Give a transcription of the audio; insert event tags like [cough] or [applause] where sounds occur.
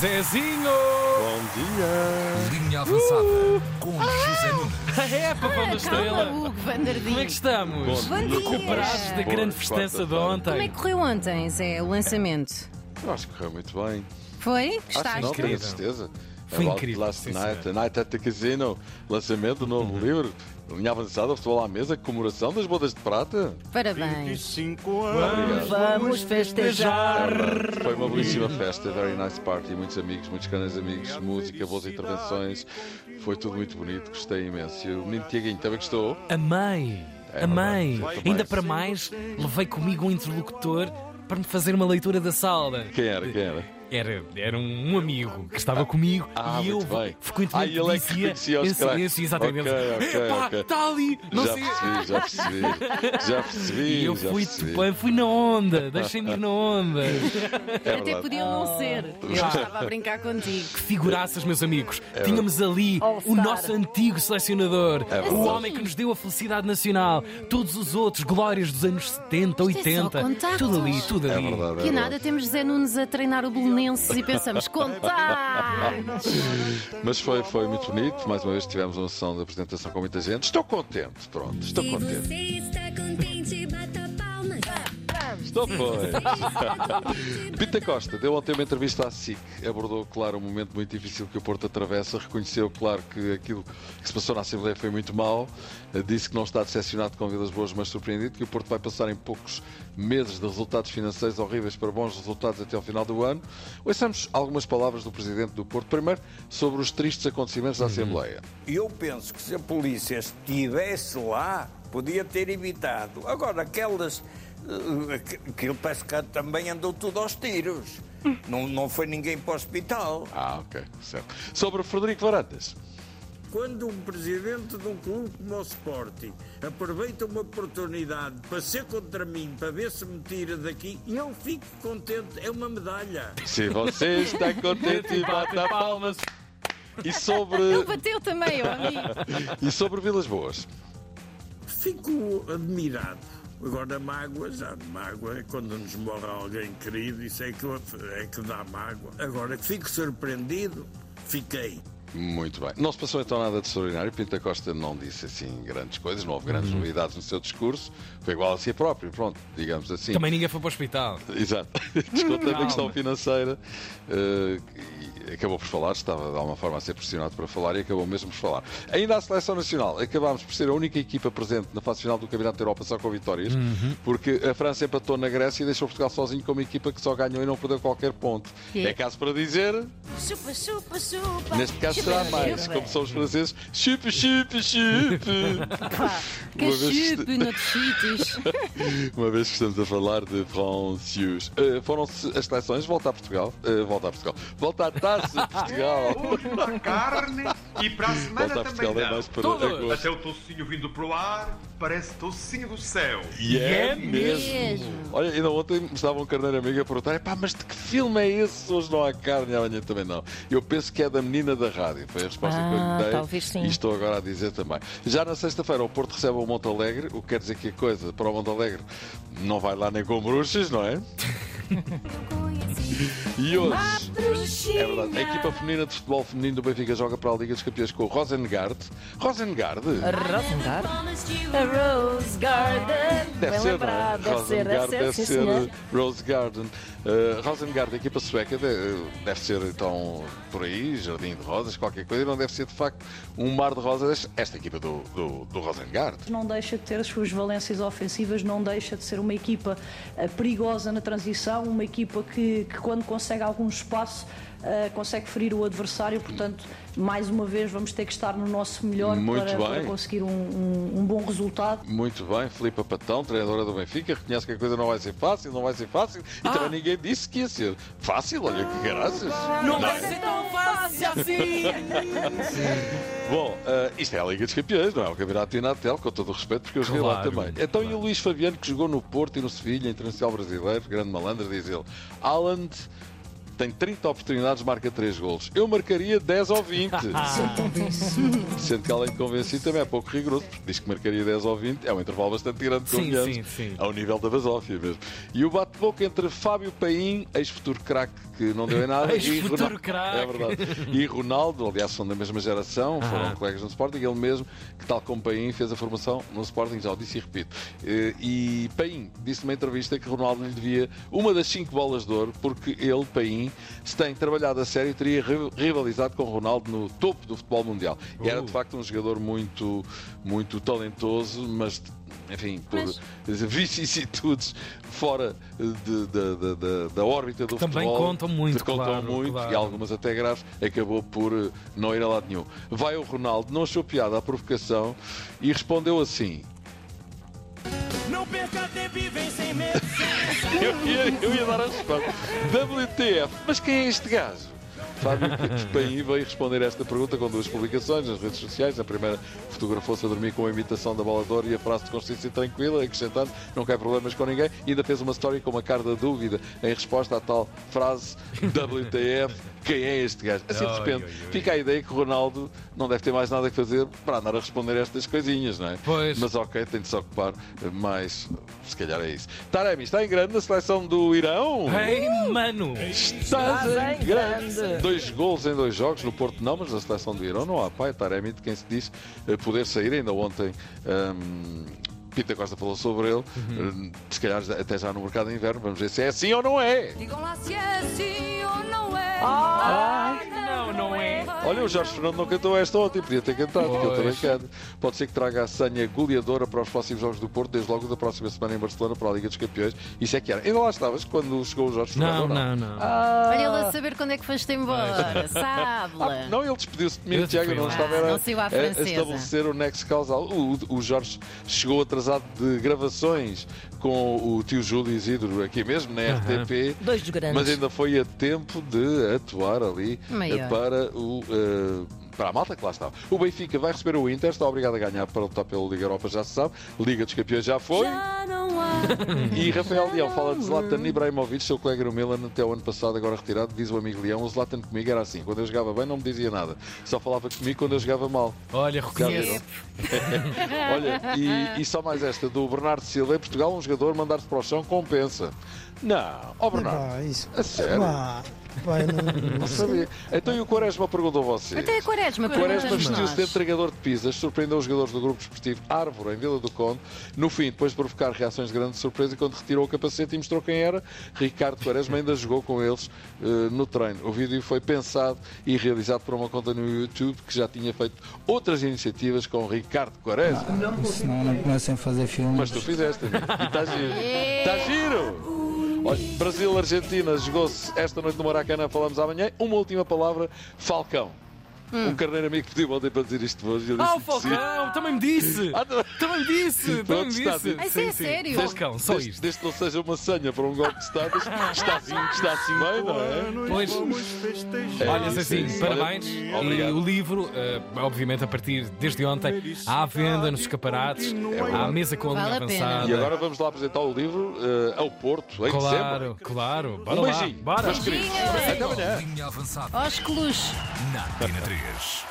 Zezinho! Bom dia! Linha avançada com José Nunes. A é, Papão da Calma, Estrela! Hugo Vandardinho. Como é que estamos? Bom dia. Recuperados da Boa grande festança de quarta-feira. Como é ontem. que correu ontem, Zé, o lançamento? Eu acho que correu muito bem. Foi? Acho que não, Gostaste? tenho incrível. certeza. Foi About incrível, Last sim, Night, senhora. A Night at the Casino, lançamento do Uhum. novo livro, linha avançada, futebol à mesa, comemoração das bodas de prata. Parabéns. 25 anos. Vamos festejar. Foi uma belíssima festa, very nice party, muitos amigos, muitos grandes amigos, música, boas intervenções. Foi tudo muito bonito, gostei imenso. E o menino Tiaguinho também gostou. Amei! É Amei! verdade, eu Ainda também. para mais, levei comigo um interlocutor para me fazer uma leitura da sala. Quem era? Quem era? Era, era um amigo que estava comigo Ah, e eu muito bem. Ah, frequentemente ele é que dizia conhecia os esse- craques. esse, exatamente. Ok, ok, Epá, ok. está ali! Não já sei. percebi, já percebi. Já percebi. E eu já fui, percebi. tupã, fui na onda, deixei-me ir na onda. [laughs] É Até verdade. podiam não ser. Eu estava a brincar contigo. Que figuraças, meus amigos. É Tínhamos ali o All-Star. nosso antigo selecionador, É verdade. o homem que nos deu a felicidade nacional, todos os outros, glórias dos anos 70, Isto é só 80, contactos. tudo ali, tudo É ali. verdade. Que é nada, temos José Nunes a treinar o Belenenses e pensamos, contar! Mas foi, foi muito bonito. Mais uma vez tivemos uma sessão de apresentação com muita gente. Estou contente, pronto. Estou Se contente. você está contente, bata palmas. Estou foi. Pita Pita Costa deu ontem uma entrevista à SIC. Abordou, claro, um momento muito difícil que o Porto atravessa. Reconheceu, claro, que aquilo que se passou na Assembleia foi muito mau. Eh, Disse que não está decepcionado com vidas boas, mas surpreendido que o Porto vai passar em poucos meses de resultados financeiros horríveis para bons resultados até ao final do ano. Ouçamos algumas palavras do Presidente do Porto. Primeiro, sobre os tristes acontecimentos da Assembleia. E eu penso que se a polícia estivesse lá, podia ter evitado. Agora, aquelas. eh, aqu- Aquilo parece que também andou tudo aos tiros. Não, não foi ninguém para o hospital. Ah, ok, certo. Sobre Frederico Varandas. Quando um presidente de um clube como o Sporting aproveita uma oportunidade para ser contra mim, para ver se me tira daqui, eu fico contente, é uma medalha. Se você está contente, bata palmas. E sobre, Ele bateu também, ó amigo. e sobre Vilas Boas. Fico admirado. Agora, mágoa, já de mágoa, é quando nos morre alguém querido, isso é que, é que dá mágoa. Agora, fico surpreendido, fiquei. Muito bem. Não se passou então nada de extraordinário. Pinta Costa não disse assim grandes coisas, não houve grandes novidades no seu discurso. Foi igual a si próprio, pronto, digamos assim. Também ninguém foi para o hospital. [laughs] Exato. Desconta da Calma. questão financeira. eh, e acabou por falar, estava de alguma forma a ser pressionado para falar e acabou mesmo por falar. Ainda a seleção nacional, acabámos por ser a única equipa presente na fase final do Campeonato da Europa só com vitórias, porque a França empatou na Grécia e deixou Portugal sozinho como equipa que só ganhou e não perdeu qualquer ponto. Yeah. É caso para dizer. Chupa, chupa, chupa. Neste caso será mais, como são os franceses, chup, chup, chup. Pá, Uma vez que cachupe noutros sítios. Uma vez que estamos a falar de francios, eh, foram-se as seleções, volta a Portugal, eh, volta a Portugal, volta à Taça de [laughs] Portugal. Muita carne e para a semana Volta a também Portugal é dá. mais para Todos. agosto. Até o tocinho vindo pro ar, parece tocinho do céu. E é é mesmo. Olha, ainda ontem me estava um carneiro amigo a perguntar: pá, mas de que filme é esse? Hoje não há carne e amanhã também não. Eu penso que é da menina da rádio. Foi a resposta que eu Ah, lhe dei. talvez sim. E estou agora a dizer também. Já na sexta-feira, o Porto recebe o Monte Alegre, o que quer dizer que a coisa para o Monte Alegre não vai lá nem com bruxas, não é? E hoje. É verdade. A equipa feminina de futebol feminino do Benfica joga para a Liga dos Campeões com o Rosengard. Rosengard? Rose Garden. Deve Bem ser, lembrado, não é? deve ser, Rosengard deve ser, sim, senhor. eh, Rose Garden. Uh, Rosengard, a equipa sueca, de- uh, deve ser então por aí, Jardim de Rosas, qualquer coisa, não deve ser de facto um mar de rosas, esta equipa do, do, do Rosengard. Não deixa de ter as suas valências ofensivas, não deixa de ser uma equipa eh, perigosa na transição, uma equipa que, que quando consegue algum espaço eh, consegue ferir o adversário, portanto, mais uma vez vamos ter que estar no nosso melhor Muito para, para bem. conseguir um- um- um bom resultado. Muito bem, Filipe Patão, treinadora do Benfica, reconhece que a coisa não vai ser fácil, não vai ser fácil, e Ah. também ninguém disse que ia ser fácil, olha que graças. Não vai ser tão fácil assim! Bom, eh, isto é a Liga dos Campeões, não é o Campeonato de Inatel, com todo o respeito, porque eu joguei lá Claro, também. Então, e o claro. Luís Fabiano, que jogou no Porto e no Sevilha, internacional brasileiro, grande malandro, diz ele. Haaland Tem 30 oportunidades, marca 3 golos. Eu marcaria 10 ou 20. [laughs] Ah, Sendo que além de convencido também é pouco rigoroso, porque diz que marcaria 10 ou 20, é um intervalo bastante grande de Sim, confiança, sim, sim. ao nível da basófia mesmo. E o bate-boca entre Fábio Paim, ex-futuro craque que não deu em [laughs] nada, e Ex-futuro Ronaldo, craque. é verdade. e Ronaldo, aliás são da mesma geração, foram colegas no Sporting, ele mesmo, que tal como Paim, fez a formação no Sporting, já o disse e repito. Eh, E Paim disse numa entrevista que Ronaldo lhe devia uma das 5 bolas de ouro, porque ele, Paim, se tem trabalhado a sério, teria ri- rivalizado com Ronaldo no topo do futebol mundial. E era de facto um jogador muito, muito talentoso, mas enfim, por Mas- [laughs] vicissitudes fora eh, de- de- de- de- da órbita do também futebol. contam muito, que contam claro, muito claro. e algumas até graves, acabou por eh, não ir a lado nenhum. Vai o Ronaldo, não achou piada à provocação e respondeu assim. Não perca tempo e vem sem medo. eu, ia, eu ia dar a resposta. WTF, mas quem é este gajo? Fábio Paim veio responder a esta pergunta com duas publicações nas redes sociais. A primeira fotografou-se a dormir com a imitação da bola de ouro e a frase de consciência tranquila, acrescentando não quer problemas com ninguém. E ainda fez uma história com uma cara de dúvida em resposta à tal frase WTF, quem é este gajo? Assim, de repente, fica a ideia que o Ronaldo não deve ter mais nada que fazer para andar a responder a estas coisinhas, não é? Pois. Mas ok, tem de se ocupar eh, mais, se calhar é isso. Taremi está em grande na seleção do Irão. Ei, mano! É Estás em grande. Dois gols em dois jogos, no Porto não, mas na seleção do Irão não há pai. Taremi, de quem se diz eh, poder sair, ainda ontem. hum, Pita Costa falou sobre ele, hum, se calhar já- até já no mercado de inverno, vamos ver se é assim ou não é. [laughs] Digam lá se é assim ou não é. Não, não é. Olha, o Jorge Fernando não cantou esta ontem, podia ter cantado, porque eu também Pois. canto. Pode ser que traga a sanha goleadora para os próximos jogos do Porto, desde logo da próxima semana em Barcelona para a Liga dos Campeões. Isso é que era. Ainda lá estavas quando chegou o Jorge Fernando? Não, não, ou não. Olha ele a saber quando é que foste embora. Sabe-la. Ah, não, ele despediu-se de mim, Eu Tiago, não fui lá. estava era Ah, Não saiu à a- a francesa. estabelecer o nexo causal. O, o Jorge chegou atrasado de gravações com o tio Júlio Isidro aqui mesmo, na RTP. Dois dos grandes. Mas ainda foi a tempo de atuar ali Maior. eh, para o. eh, para a malta que lá estava. O Benfica vai receber o Inter, está obrigado a ganhar para lutar pela Liga Europa, já se sabe. Liga dos Campeões já foi. Já não há. [laughs] E Rafael Leão fala de Zlatan Ibrahimovic, seu colega no Milan até o ano passado, agora retirado, diz o amigo Leão, o Zlatan comigo era assim, quando eu jogava bem não me dizia nada, só falava comigo quando eu jogava mal. Olha, reconheço. Olha, e, e só mais esta, do Bernardo Silva, em Portugal um jogador mandar-se para o chão compensa. Não, ó Bernardo, isso. a sério, não sabia. Então e o Quaresma perguntou a você. Até É a quaresma, Quaresma perguntas-nos. vestiu-se de entregador de pizzas, surpreendeu os jogadores do grupo desportivo Árvore, em Vila do Conde. No fim, depois de provocar reações de grande surpresa, quando retirou o capacete e mostrou quem era, Ricardo Quaresma ainda jogou com eles eh, no treino. O vídeo foi pensado e realizado por uma conta no YouTube que já tinha feito outras iniciativas com Ricardo Quaresma. Senão não comecem a fazer filmes. Mas tu fizeste, amigo. E está giro. Está giro! Olha, Brasil-Argentina jogou-se esta noite no Maracanã, falamos amanhã. Uma última palavra, Falcão. Um carneiro amigo pediu ontem para dizer isto hoje. e eu Hum. Ah, o disse que sim. Falcão! Também me disse! Ah, tá bem. Também me disse! Também Pronto, me está disse! dito. Mas é sério? Falcão, Então, só desde, isto. desde que não seja uma senha para um golpe de Estado, está assim, está assim bem, não é? Pois, É olha, isso, é Zazinho, isso. parabéns. Olha, E Obrigado. o livro, eh, obviamente, a partir desde ontem, há à venda nos escaparates, há à mesa com a linha Vale a pena. avançada. É E agora vamos lá apresentar o livro eh, ao Porto, em dezembro. Claro, claro. Bora Um lá. beijinho. Bora. Meus queridos. Até amanhã. Linha avançada Aos clus. na Tina 3.